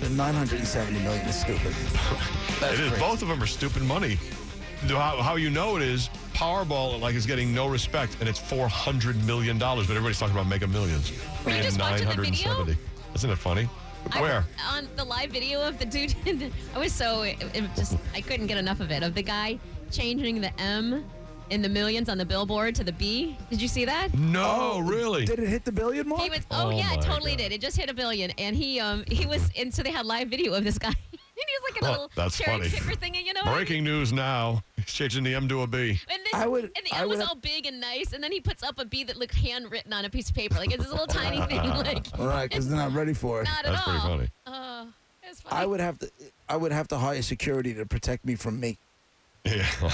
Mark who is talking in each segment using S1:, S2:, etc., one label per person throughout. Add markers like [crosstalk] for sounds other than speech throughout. S1: The 970 million is stupid.
S2: It is, both of them are stupid money. The- How, how you know it is Powerball like is getting no respect, and it's four hundred million dollars. But everybody's talking about Mega Millions.
S3: Were you
S2: And
S3: just watching the video?
S2: 970. Isn't it funny?
S3: I-
S2: Where?
S3: on the live video of the dude. [laughs] I was so it, it just I couldn't get enough of it. Of the guy changing the M in the millions on the billboard to the B. Did you see that?
S2: No, really.
S1: Oh, Did it hit the billion mark?
S3: He was. Oh,
S2: Oh
S3: yeah,
S2: my
S3: it totally
S2: God.
S3: did. It just hit a billion, and he um he was. And so they had live video of this guy. [laughs] and he was like in a
S2: Huh,
S3: little
S2: that's
S3: cherry
S2: funny.
S3: picker thingy, you know. what I mean?
S2: Breaking news now. He's changing the M to a B. [laughs]
S3: And, this,
S1: I would-
S3: and the
S1: I
S3: M was
S1: would-
S3: all big and nice, and then he puts up a B that looked handwritten on a piece of paper. Like it's this little tiny
S2: [laughs]
S3: thing. Like
S1: All right, because they're not ready for it.
S3: not
S2: That's
S3: at
S2: pretty
S3: all.
S2: funny.
S3: Oh, it was funny.
S1: I would have to. I would have to hire security to protect me from me. Oh,
S2: Yeah.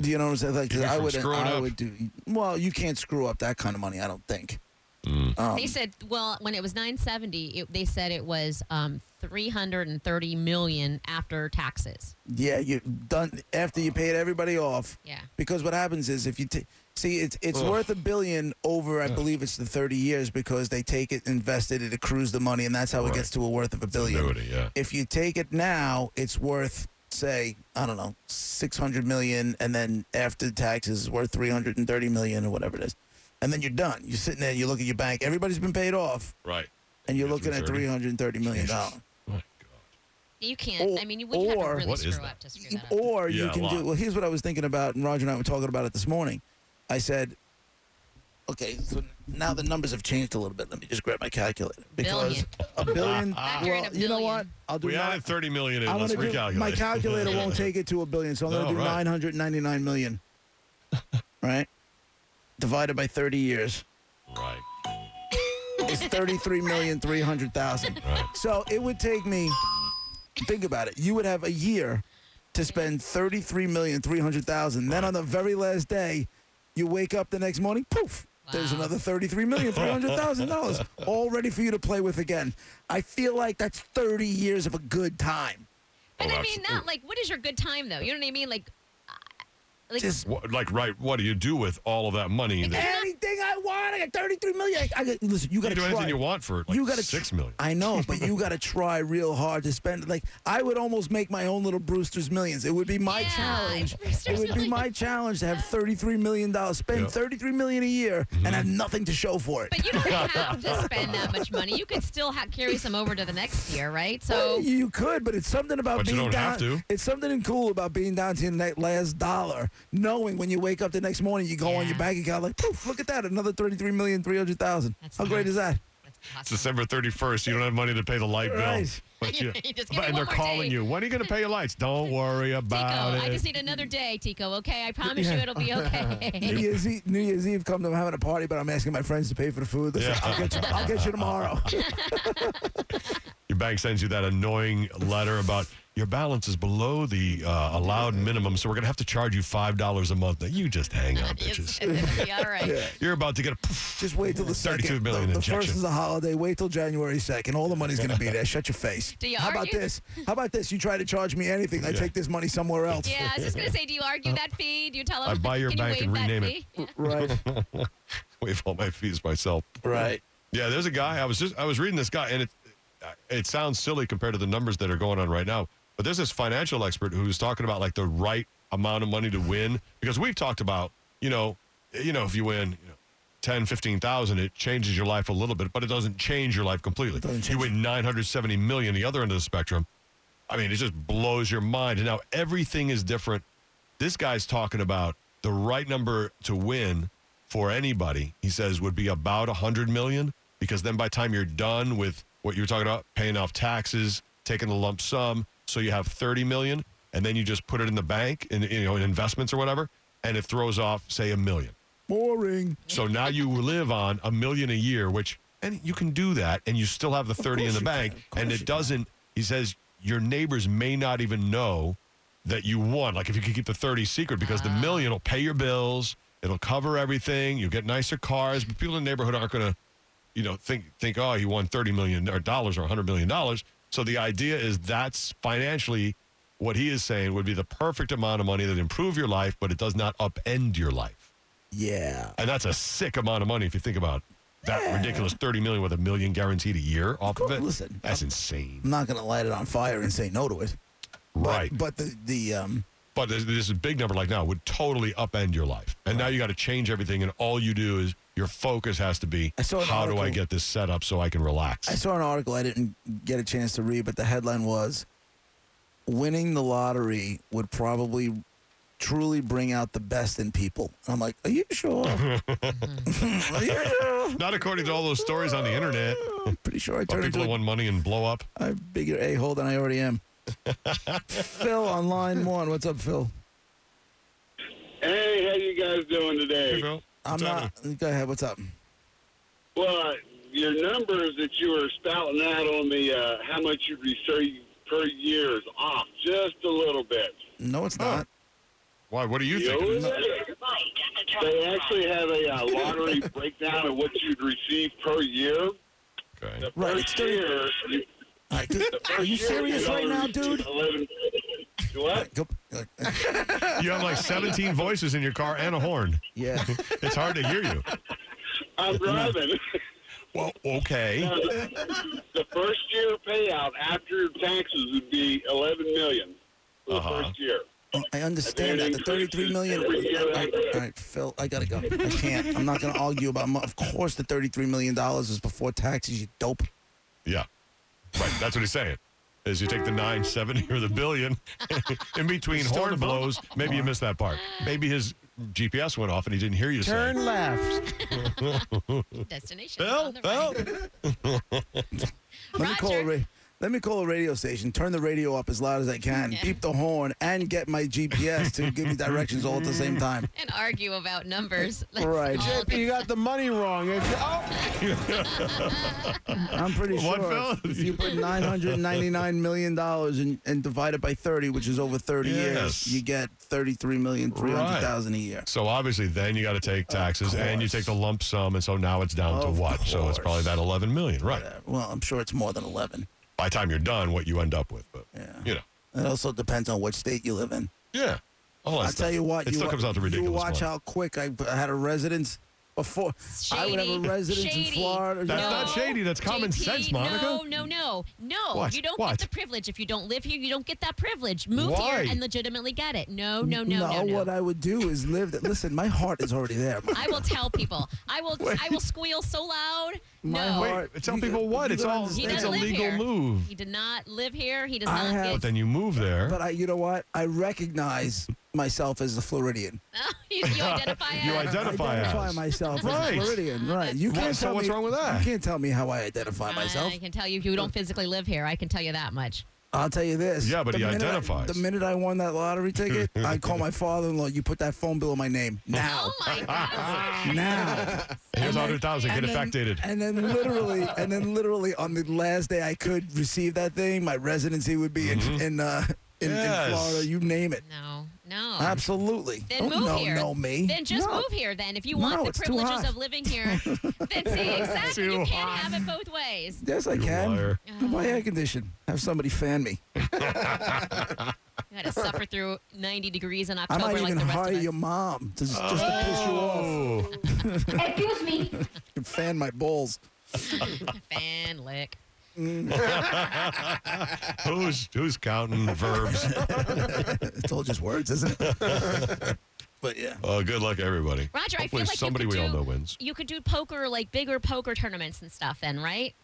S1: Do you know what I'm saying? Like
S2: Keep me
S1: I
S2: from
S1: would.
S2: screwing
S1: I
S2: up.
S1: would do. Well, you can't screw up that kind of money. I don't think. Um,
S3: They said, well, when it was 970, it, they said it was um, 330 million after taxes.
S1: Yeah, you done after you paid everybody off.
S3: Yeah.
S1: Because what happens is if you t- see it's it's
S2: Ugh.
S1: worth a billion over I believe it's the 30 years because they take it invested it accrues the money and that's how it
S2: Right.
S1: gets to a worth of a billion.
S2: Annuity, yeah.
S1: If you take it now, it's worth say, I don't know, 600 million and then after taxes it's worth 330 million or whatever it is. And then you're done. You're sitting there, you look at your bank, everybody's been paid off
S2: Right.
S1: and you're
S2: Yeah,
S1: looking at 330 million dollars.
S2: My God.
S3: You can't.
S1: Or-
S3: I mean, you would have to
S1: or-
S3: really
S2: What is
S3: screw
S2: that?
S3: up to screw that up.
S1: Or you
S2: Yeah, a
S1: can do.
S2: lot.
S1: Well, here's what I was thinking about, and Roger and I were talking about it this morning. I said, okay, so now the numbers have changed a little bit. Let me just grab my calculator because a
S2: [laughs]
S1: billion.
S3: Factor in
S1: well,
S3: a
S1: you know what?
S3: billion.
S1: I'll do.
S2: We
S1: nine-
S2: added 30 million in.
S1: I'm
S2: Let's
S1: gonna do-
S2: recalculate.
S1: My calculator
S2: [laughs]
S1: won't take it to a billion, so I'm going
S2: No,
S1: to do
S2: right.
S1: 999
S2: [laughs]
S1: million. right? Divided by 30 years.
S2: Right. [laughs]
S1: It's 33,300,000.
S2: Right.
S1: So it would take me. Think about it. You would have a year to spend thirty-three million three hundred thousand. Then on the very last day, you wake up the next morning. Poof. There's
S3: Wow.
S1: another thirty-three million three hundred thousand
S2: [laughs]
S1: dollars all ready for you to play with again. I feel like that's thirty years of a good time.
S3: But
S2: Oh,
S3: I mean,
S2: that's-
S3: not like, what is your good time, though? You know what I mean? Like, I- like
S1: Just
S2: What, like, right, what do you do with all of that money? That
S1: anything I want. I got thirty-three million. I, I got, listen, you
S2: you
S1: got
S2: can
S1: to
S2: do
S1: try.
S2: anything you want for like
S1: you gotta
S2: six million.
S1: I know,
S2: [laughs]
S1: but you got to try real hard to spend. Like I would almost make my own little Brewster's Millions. It would be my
S3: Yeah, [laughs]
S1: challenge.
S3: Brewster's
S1: it would be
S3: Millions.
S1: my challenge to have thirty-three million dollars, spend
S2: Yeah. Mm-hmm.
S1: thirty-three million a year, and have nothing to show for it.
S3: but you don't have to spend that much money. You could still ha- carry some over to the next year, right?
S1: Well,
S3: So,
S1: you could, but it's something about
S2: But you
S1: being
S2: don't
S1: down.
S2: have to.
S1: It's something cool about being down to your na- last dollar, knowing when you wake up the next morning, you go on
S3: Yeah.
S1: your bank account like, poof, look at that, another thirty-three million three hundred thousand.
S3: That's
S1: How great
S3: nice.
S1: is that?
S3: that's
S2: It's
S3: awesome.
S2: December 31st. You don't have money to pay the light bill.
S1: Right.
S2: But you,
S3: [laughs] Just give
S2: but-
S3: me one
S2: and they're
S3: more
S2: calling
S3: day.
S2: you. When are you going to pay your lights?
S3: [laughs]
S2: Don't worry
S3: Tico,
S2: about
S3: I
S2: it.
S3: just need another day, Tico, okay? I promise you
S1: Yeah.
S3: it'll be
S1: [laughs]
S3: [laughs]
S1: New
S3: okay.
S1: Year's Eve, New Year's Eve comes. I'm having a party, but I'm asking my friends to pay for the food. They say,
S2: Yeah.
S1: I'll, get you, I'll get you tomorrow.
S2: [laughs] your bank sends you that annoying letter about your balance is below the uh, allowed minimum, so we're going to have to charge you $5 a month. Now, you just hang on,
S3: It's-
S2: bitches.
S3: it'll be all right.
S2: You're about to get a poof.
S1: Just wait till the second.
S2: 32 million
S1: the, the
S2: injection.
S1: first is a holiday. Wait till January second. All the money's going to be there. Shut your face.
S3: Do you
S1: How about
S3: argue?
S1: this? How about this? You try to charge me anything. I
S2: Yeah.
S1: take this money somewhere else.
S3: Yeah, I was just gonna say, do you argue that fee? Do you tell them?
S2: I buy your
S3: can
S2: bank
S3: you
S2: and
S3: waive that
S2: rename it.
S3: fee?
S1: Right.
S2: waive all my fees myself.
S1: Right.
S2: Yeah, there's a guy. I was just I was reading this guy, and it it sounds silly compared to the numbers that are going on right now. But there's this financial expert who's talking about like the right amount of money to win because we've talked about you know you know if you win. You know, 10, 15,000, it changes your life a little bit, but it doesn't change your life completely.
S1: Doesn't
S2: You
S1: change
S2: win 970 million, the other end of the spectrum. I mean, it just blows your mind. And now everything is different. This guy's talking about the right number to win for anybody, he says, would be about 100 million because then by the time you're done with what you're talking about, paying off taxes, taking the lump sum, so you have 30 million and then you just put it in the bank and you know in investments or whatever and it throws off say a million.
S1: Boring.
S2: So now you live on a million a year, which and you can do that, and you still have the thirty in
S1: course
S2: the
S1: you
S2: bank,
S1: can. Of
S2: and
S1: course
S2: it
S1: you can.
S2: doesn't He says your neighbors may not even know that you won. Like if you could keep the 30 secret because
S1: Ah.
S2: the million will pay your bills, it'll cover everything, you'll get nicer cars, but people in the neighborhood aren't going to, you know, think think oh, he won 30 million or dollars or 100 million dollars. So the idea is that's financially what he is saying would be the perfect amount of money that improve your life, but it does not upend your life.
S1: Yeah.
S2: And that's a sick amount of money if you think about that ridiculous 30 million with a million guaranteed a year off of,
S1: course,
S2: it.
S1: listen, uh,
S2: that's insane.
S1: I'm not going to light it on fire and say no to it. But-
S2: Right.
S1: But the, the um,
S2: but this, this is a big number like now would totally upend your life and now you got to change everything and all you do is your focus has to be
S1: I saw an
S2: how do i
S1: article-
S2: get this set up so i can relax
S1: I saw an article I didn't get a chance to read, but the headline was winning the lottery would probably truly bring out the best in people. And I'm like, are you sure? [laughs] Are you sure?
S2: not according to all those stories on the internet
S1: I'm pretty sure I
S2: but
S1: turned
S2: people
S1: into
S2: that
S1: a,
S2: won money and blow up
S1: a bigger a-hole than I already am. Phil on line one. What's up, Phil?
S4: Hey, how you guys doing today?
S1: I'm not. Go ahead. What's up?
S4: Well, your numbers that you were spouting out on the uh, how much you receive per year is off just a little bit.
S1: No, it's not.
S2: why what are you thinking
S4: You know it? They actually have a uh,
S1: [laughs]
S4: lottery breakdown of what you'd receive per year.
S2: okay.
S4: [laughs] The
S1: Right, it's
S4: first
S1: thirty-
S4: year, you-
S1: All right, dude,
S4: first
S1: are you
S4: year
S1: serious
S4: you'd
S1: right
S4: only
S1: now,
S4: receive [laughs]
S1: dude?
S4: 11 What?
S1: Go- uh,
S2: you have like 17 voices in your car and a horn
S1: Yeah.
S2: it's hard to hear you
S4: I'm driving. [laughs]
S2: well okay
S4: the first year payout after your taxes would be 11 million for
S2: Uh-huh.
S4: the first year.
S1: Oh, I understand that. The 33 million.
S4: Every year.
S1: I, all right, Phil, I gotta go. I can't. I'm not gonna argue about. Mo- of course, the 33 million dollars is before taxes. You dope.
S2: yeah right that's what he's saying is you take the 970 [laughs] or the billion in between horn blows maybe you missed that part maybe his gps went off and he didn't hear you say
S5: Turn left.
S3: [laughs] Destination.
S2: Bill,
S3: on the
S2: Bill.
S3: right.
S1: Let me call a
S3: Roger.
S1: ra- Let me call a radio station. Turn the radio up as loud as I can.
S3: Yeah.
S1: Beep the horn and get my GPS to give me directions all at the same time.
S3: And argue about numbers. [laughs] Let's
S5: Right.
S3: all
S5: JP, you got the money wrong. It's, oh,
S1: [laughs] I'm pretty
S2: What,
S1: sure
S2: Phil?
S1: if you put 999 million dollars and, and divide it by 30, which is over 30
S2: Yes.
S1: years, you get 33 million 300,000 a year.
S2: So obviously, then you got to take taxes and you
S1: course.
S2: take the lump sum, and so now it's down
S1: Of
S2: to what? So
S1: course.
S2: it's probably that eleven million, right?
S1: Uh, Well, I'm sure it's more than 11.
S2: By the time you're done, what you end up with, but
S1: Yeah.
S2: you know,
S1: It also depends on what state you live in.
S2: yeah. All that
S1: I'll
S2: stuff.
S1: tell you what,
S2: it
S1: you
S2: still
S1: wa-
S2: comes out to ridiculous.
S1: You watch
S2: money.
S1: how quick I, I had a residence before. I would have a
S3: Shady.
S1: residence in
S3: Shady.
S1: Florida.
S2: That's not shady, that's common
S3: JP,
S2: sense, Monica.
S3: No, no, no, no.
S2: What?
S3: You don't
S2: What?
S3: get the privilege if you don't live here. You don't get that privilege. Move
S2: Why?
S3: here and legitimately get it. No, no, no, no,
S1: no,
S3: no.
S1: what I would do is live. That, listen, my heart is already there.
S3: [laughs] I will tell people. I will. I will squeal so loud.
S1: My
S3: no,
S1: heart-
S2: Wait, tell
S1: You-
S2: people what?
S1: you
S2: It's
S1: don't
S2: all
S1: understand.
S2: it's
S3: He
S2: a
S3: doesn't live
S2: legal
S3: here.
S2: move.
S3: he did not live here. He does
S1: I
S3: not
S1: have-
S3: get.
S2: But then you move there.
S1: But I, you know what? I recognize myself as a Floridian.
S3: [laughs] you,
S1: [laughs]
S3: you identify
S2: You
S3: as.
S2: identify,
S1: I identify
S2: as.
S1: myself as
S2: Right.
S1: a Floridian. Right. You
S2: Well,
S1: can't
S2: so
S1: tell
S2: what's
S1: me,
S2: wrong with that?
S1: You can't tell me how I identify myself.
S3: Uh, I can tell you, you don't physically live here. I can tell you that much.
S1: I'll tell you this.
S2: Yeah, but
S1: the
S2: he
S1: minute I-
S2: identifies.
S1: the minute I won that lottery
S2: [laughs]
S1: ticket, I call my father-in-law. You put that phone bill in my name now.
S3: [laughs] Oh
S1: [laughs]
S3: my god!
S1: now.
S2: Here's a Ah, hundred thousand. Get
S1: then-
S2: affected.
S1: And then literally, and then literally on the last day I could receive that thing, my residency would be in in, uh, in,
S2: Mm-hmm. Yes.
S1: in Florida. You name it.
S3: No, no.
S1: Absolutely.
S3: Then
S1: Don't
S3: move
S1: no,
S3: here.
S1: no me.
S3: Then just
S1: No.
S3: move here. Then if you
S1: No,
S3: want the
S1: it's too
S3: privileges
S1: hot.
S3: of
S1: [laughs]
S3: living here, then see exactly
S2: Too
S3: you can't
S2: hot.
S3: have it both ways.
S1: Yes, I
S2: You
S1: can.
S2: liar.
S1: Buy air condition. Have somebody fan me.
S3: You got to suffer through 90 degrees in
S1: I
S3: October
S1: might
S3: like
S1: even
S3: the rest
S1: hire
S3: of us.
S1: your mom to, just to piss you off.
S2: Oh,
S6: Excuse me.
S1: You fan my balls.
S3: Fan lick.
S2: Oh, who's who's counting verbs?
S1: [laughs] It's all just words, isn't it? [laughs] but yeah.
S2: Oh, good luck, everybody.
S3: Roger, I feel
S2: Hopefully
S3: like
S2: somebody
S3: you
S2: we
S3: could
S2: all
S3: do,
S2: know wins.
S3: You could do poker, like bigger poker tournaments and stuff. Then, right?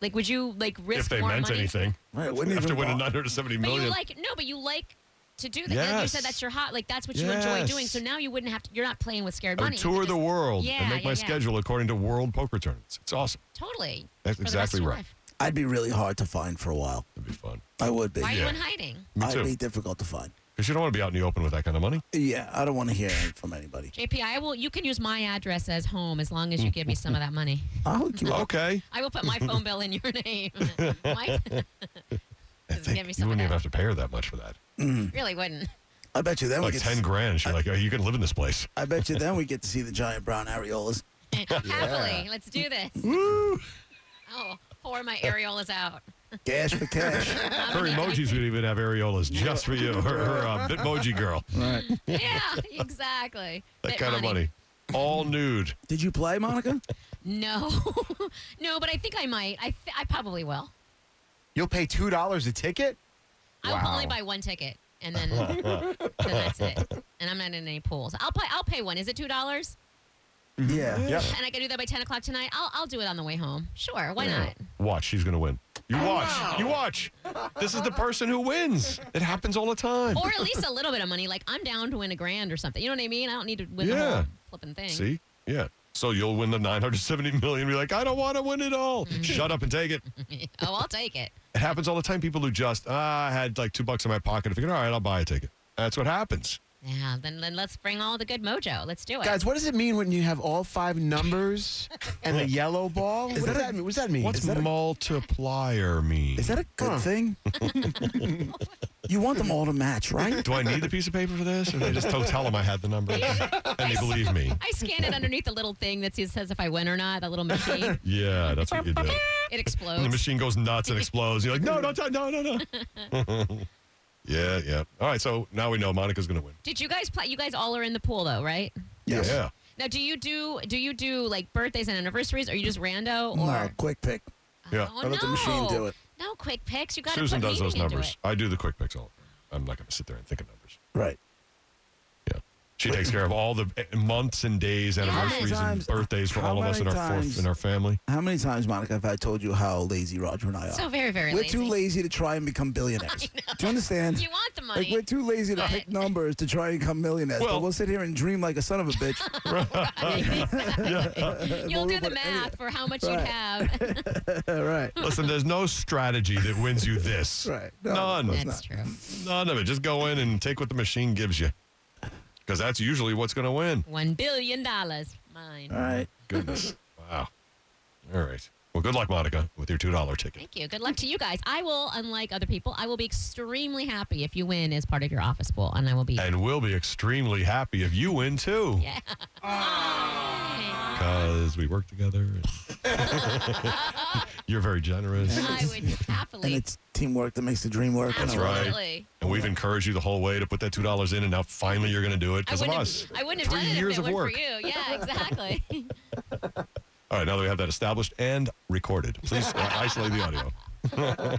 S3: Like, would you like risk
S2: If they
S3: more
S2: meant
S3: money?
S2: anything,
S1: Right, it
S2: you
S1: [laughs] wouldn't
S2: have to
S1: even
S2: win
S1: bother-
S2: another seventy
S3: But you
S2: million.
S3: like no, but you like to do that. Like You
S2: Yes.
S3: said that's your hot. Like that's what you enjoy doing.
S2: Yes.
S3: So now you wouldn't have to. You're not playing with scared
S2: I would
S3: money. You
S2: tour
S3: could
S2: the
S3: just-
S2: world and
S3: Yeah,
S2: make my
S3: yeah, yeah.
S2: schedule according to world poker tournaments. It's awesome.
S3: Totally.
S2: That's
S3: for the rest
S2: exactly
S3: of your
S2: right.
S3: life.
S1: I'd be really hard to find for a while.
S2: It'd be fun.
S1: I would be.
S3: Why are
S2: Yeah.
S3: you in hiding?
S2: Me
S1: I'd
S2: too.
S1: be difficult to find.
S2: Because you don't want to be out in the open with that kind of money.
S1: Yeah, I don't want to hear it from
S3: [laughs]
S1: anybody.
S3: JP, I will. You can use my address as home as long as you give me some of that money.
S1: I'll hook you up.
S2: Okay. [laughs]
S3: [laughs] I will put my phone bill in your name. My-
S2: think
S3: give
S2: you
S3: me some of
S2: wouldn't even
S3: that.
S2: have to pay her that much for that. [laughs]
S3: Really wouldn't. [laughs]
S1: I bet you then we
S2: Like
S1: get.
S2: ten grand. She's like, oh, you can live in this place.
S1: I bet you
S2: [laughs]
S1: then we get to see the giant brown areolas.
S3: Happily, let's do this. Oh, pour my areolas out.
S1: Cash for cash.
S2: [laughs]
S3: [laughs]
S2: Her emojis would even have areolas just for
S1: [laughs]
S2: you. Her, her uh, Bitmoji girl.
S3: Yeah, exactly.
S2: That
S3: Bit
S2: kind of money. All nude.
S1: Did you play,
S2: [laughs]
S1: Monica?
S3: No, [laughs] no, but I think I might. I th- I probably will.
S6: You'll pay two dollars a ticket.
S3: I will only
S6: Wow.
S3: buy one ticket,
S2: [laughs]
S3: and then, then that's it. And I'm not in any pools. I'll pay. I'll pay one. Is it two dollars?
S1: Yeah.
S6: Yep.
S3: And I can do that by ten o'clock tonight. I'll I'll do it on the way home. Sure, why not?
S2: [laughs]
S3: Oh,
S2: Watch, she's gonna win. You watch. You watch. This is the person who wins. It happens all the time.
S3: Or at least a little bit of money. Like I'm down to win a grand or something. You know what I mean? I don't need to win the
S2: Yeah.
S3: whole flipping thing.
S2: See? Yeah. So you'll win the 970 million. Be like, I don't want to win it
S3: [laughs]
S2: all. Shut up and take it.
S3: [laughs] oh, I'll take it.
S2: It happens all the time. People who just, ah, I had like two bucks in my pocket. I figured, all right, I'll buy a ticket. That's what happens.
S3: Yeah, then then let's bring all the good mojo. Let's do it.
S6: Guys, what does it mean when you have all five numbers and a yellow ball? What does
S1: that a-
S6: that mean? What does that mean?
S2: What's multiplier mean?
S1: Is that a good
S3: [laughs]
S1: thing? you want them all to match, right?
S3: [laughs]
S2: Do I need the piece of paper for this? Or they just don't tell them I had the numbers and they believe me?
S3: I
S2: [laughs]
S3: scan it underneath the little thing that says if I win or not. That little machine.
S2: Yeah, [laughs] that's what you do.
S3: it
S2: And the
S3: explodes.
S2: machine goes nuts and explodes. You're like, no, don't, tell- no, no,
S3: [laughs]
S2: no. yeah, yeah. All right, so now we know Monica's going to win.
S3: Did you guys play? You guys all are in the pool though, right?
S1: Yes.
S2: Yeah.
S3: Now, do you do do you do like birthdays and anniversaries? Are you just rando or?
S1: No, quick pick.
S2: Yeah.
S3: Oh,
S1: I let the
S3: no.
S1: machine do it.
S3: No quick picks. You got to put
S2: Susan does
S3: meaning
S2: those
S3: into
S2: numbers.
S3: it.
S2: I do the quick picks all. I'm not going to sit there and think of numbers.
S1: Right.
S2: Yeah. She takes care of all the eh, months and days, anniversaries, and
S1: Times-
S2: birthdays for
S1: how
S2: all of us in
S1: many
S2: our fourth
S1: times-
S2: in our family.
S1: How many times, Monica, have I told you how lazy Roger and I are?
S3: So very very
S1: we're
S3: lazy.
S1: too lazy to try and become
S3: [laughs]
S1: billionaires. Do you understand?
S3: You want the money?
S1: like we're too lazy to
S3: but-
S1: pick numbers to try and become millionaires.
S2: Well-
S1: but we'll sit here and dream like a son of a
S2: [laughs]
S1: bitch.
S3: [laughs] You'll do the
S1: but
S3: math for how much you'd
S1: Right. [laughs]
S3: have.
S1: All right.
S2: Listen, there's no strategy that wins you
S1: [laughs]
S2: this.
S1: Right. No,
S2: None.
S3: That's true.
S2: None of it. Just go in and take what the machine gives you. Because that's usually what's going to win.
S3: One billion dollars, mine.
S1: All right.
S2: Goodness. wow. All right. Well, good luck, Monica, with your $2 ticket.
S3: Thank you. Good luck to you guys. I will, unlike other people, I will be extremely happy if you win as part of your office pool, and I will be.
S2: And we'll be extremely happy if you win too.
S3: Yeah.
S2: Because we work together. and- [laughs] You're very generous.
S3: I would
S1: And
S3: happily.
S1: it's teamwork that makes the dream work.
S2: That's
S1: And
S2: right.
S3: Absolutely.
S2: And we've encouraged you the whole way to put that two dollars in, and now finally you're going to do it
S3: I
S2: because of
S3: wouldn't,
S2: us.
S3: have, I wouldn't have
S2: Three
S3: done it
S2: years
S3: if it
S2: of
S3: went
S2: work.
S3: for you. Yeah, exactly.
S2: [laughs] All right, now that we have that established and recorded, please uh, isolate the audio.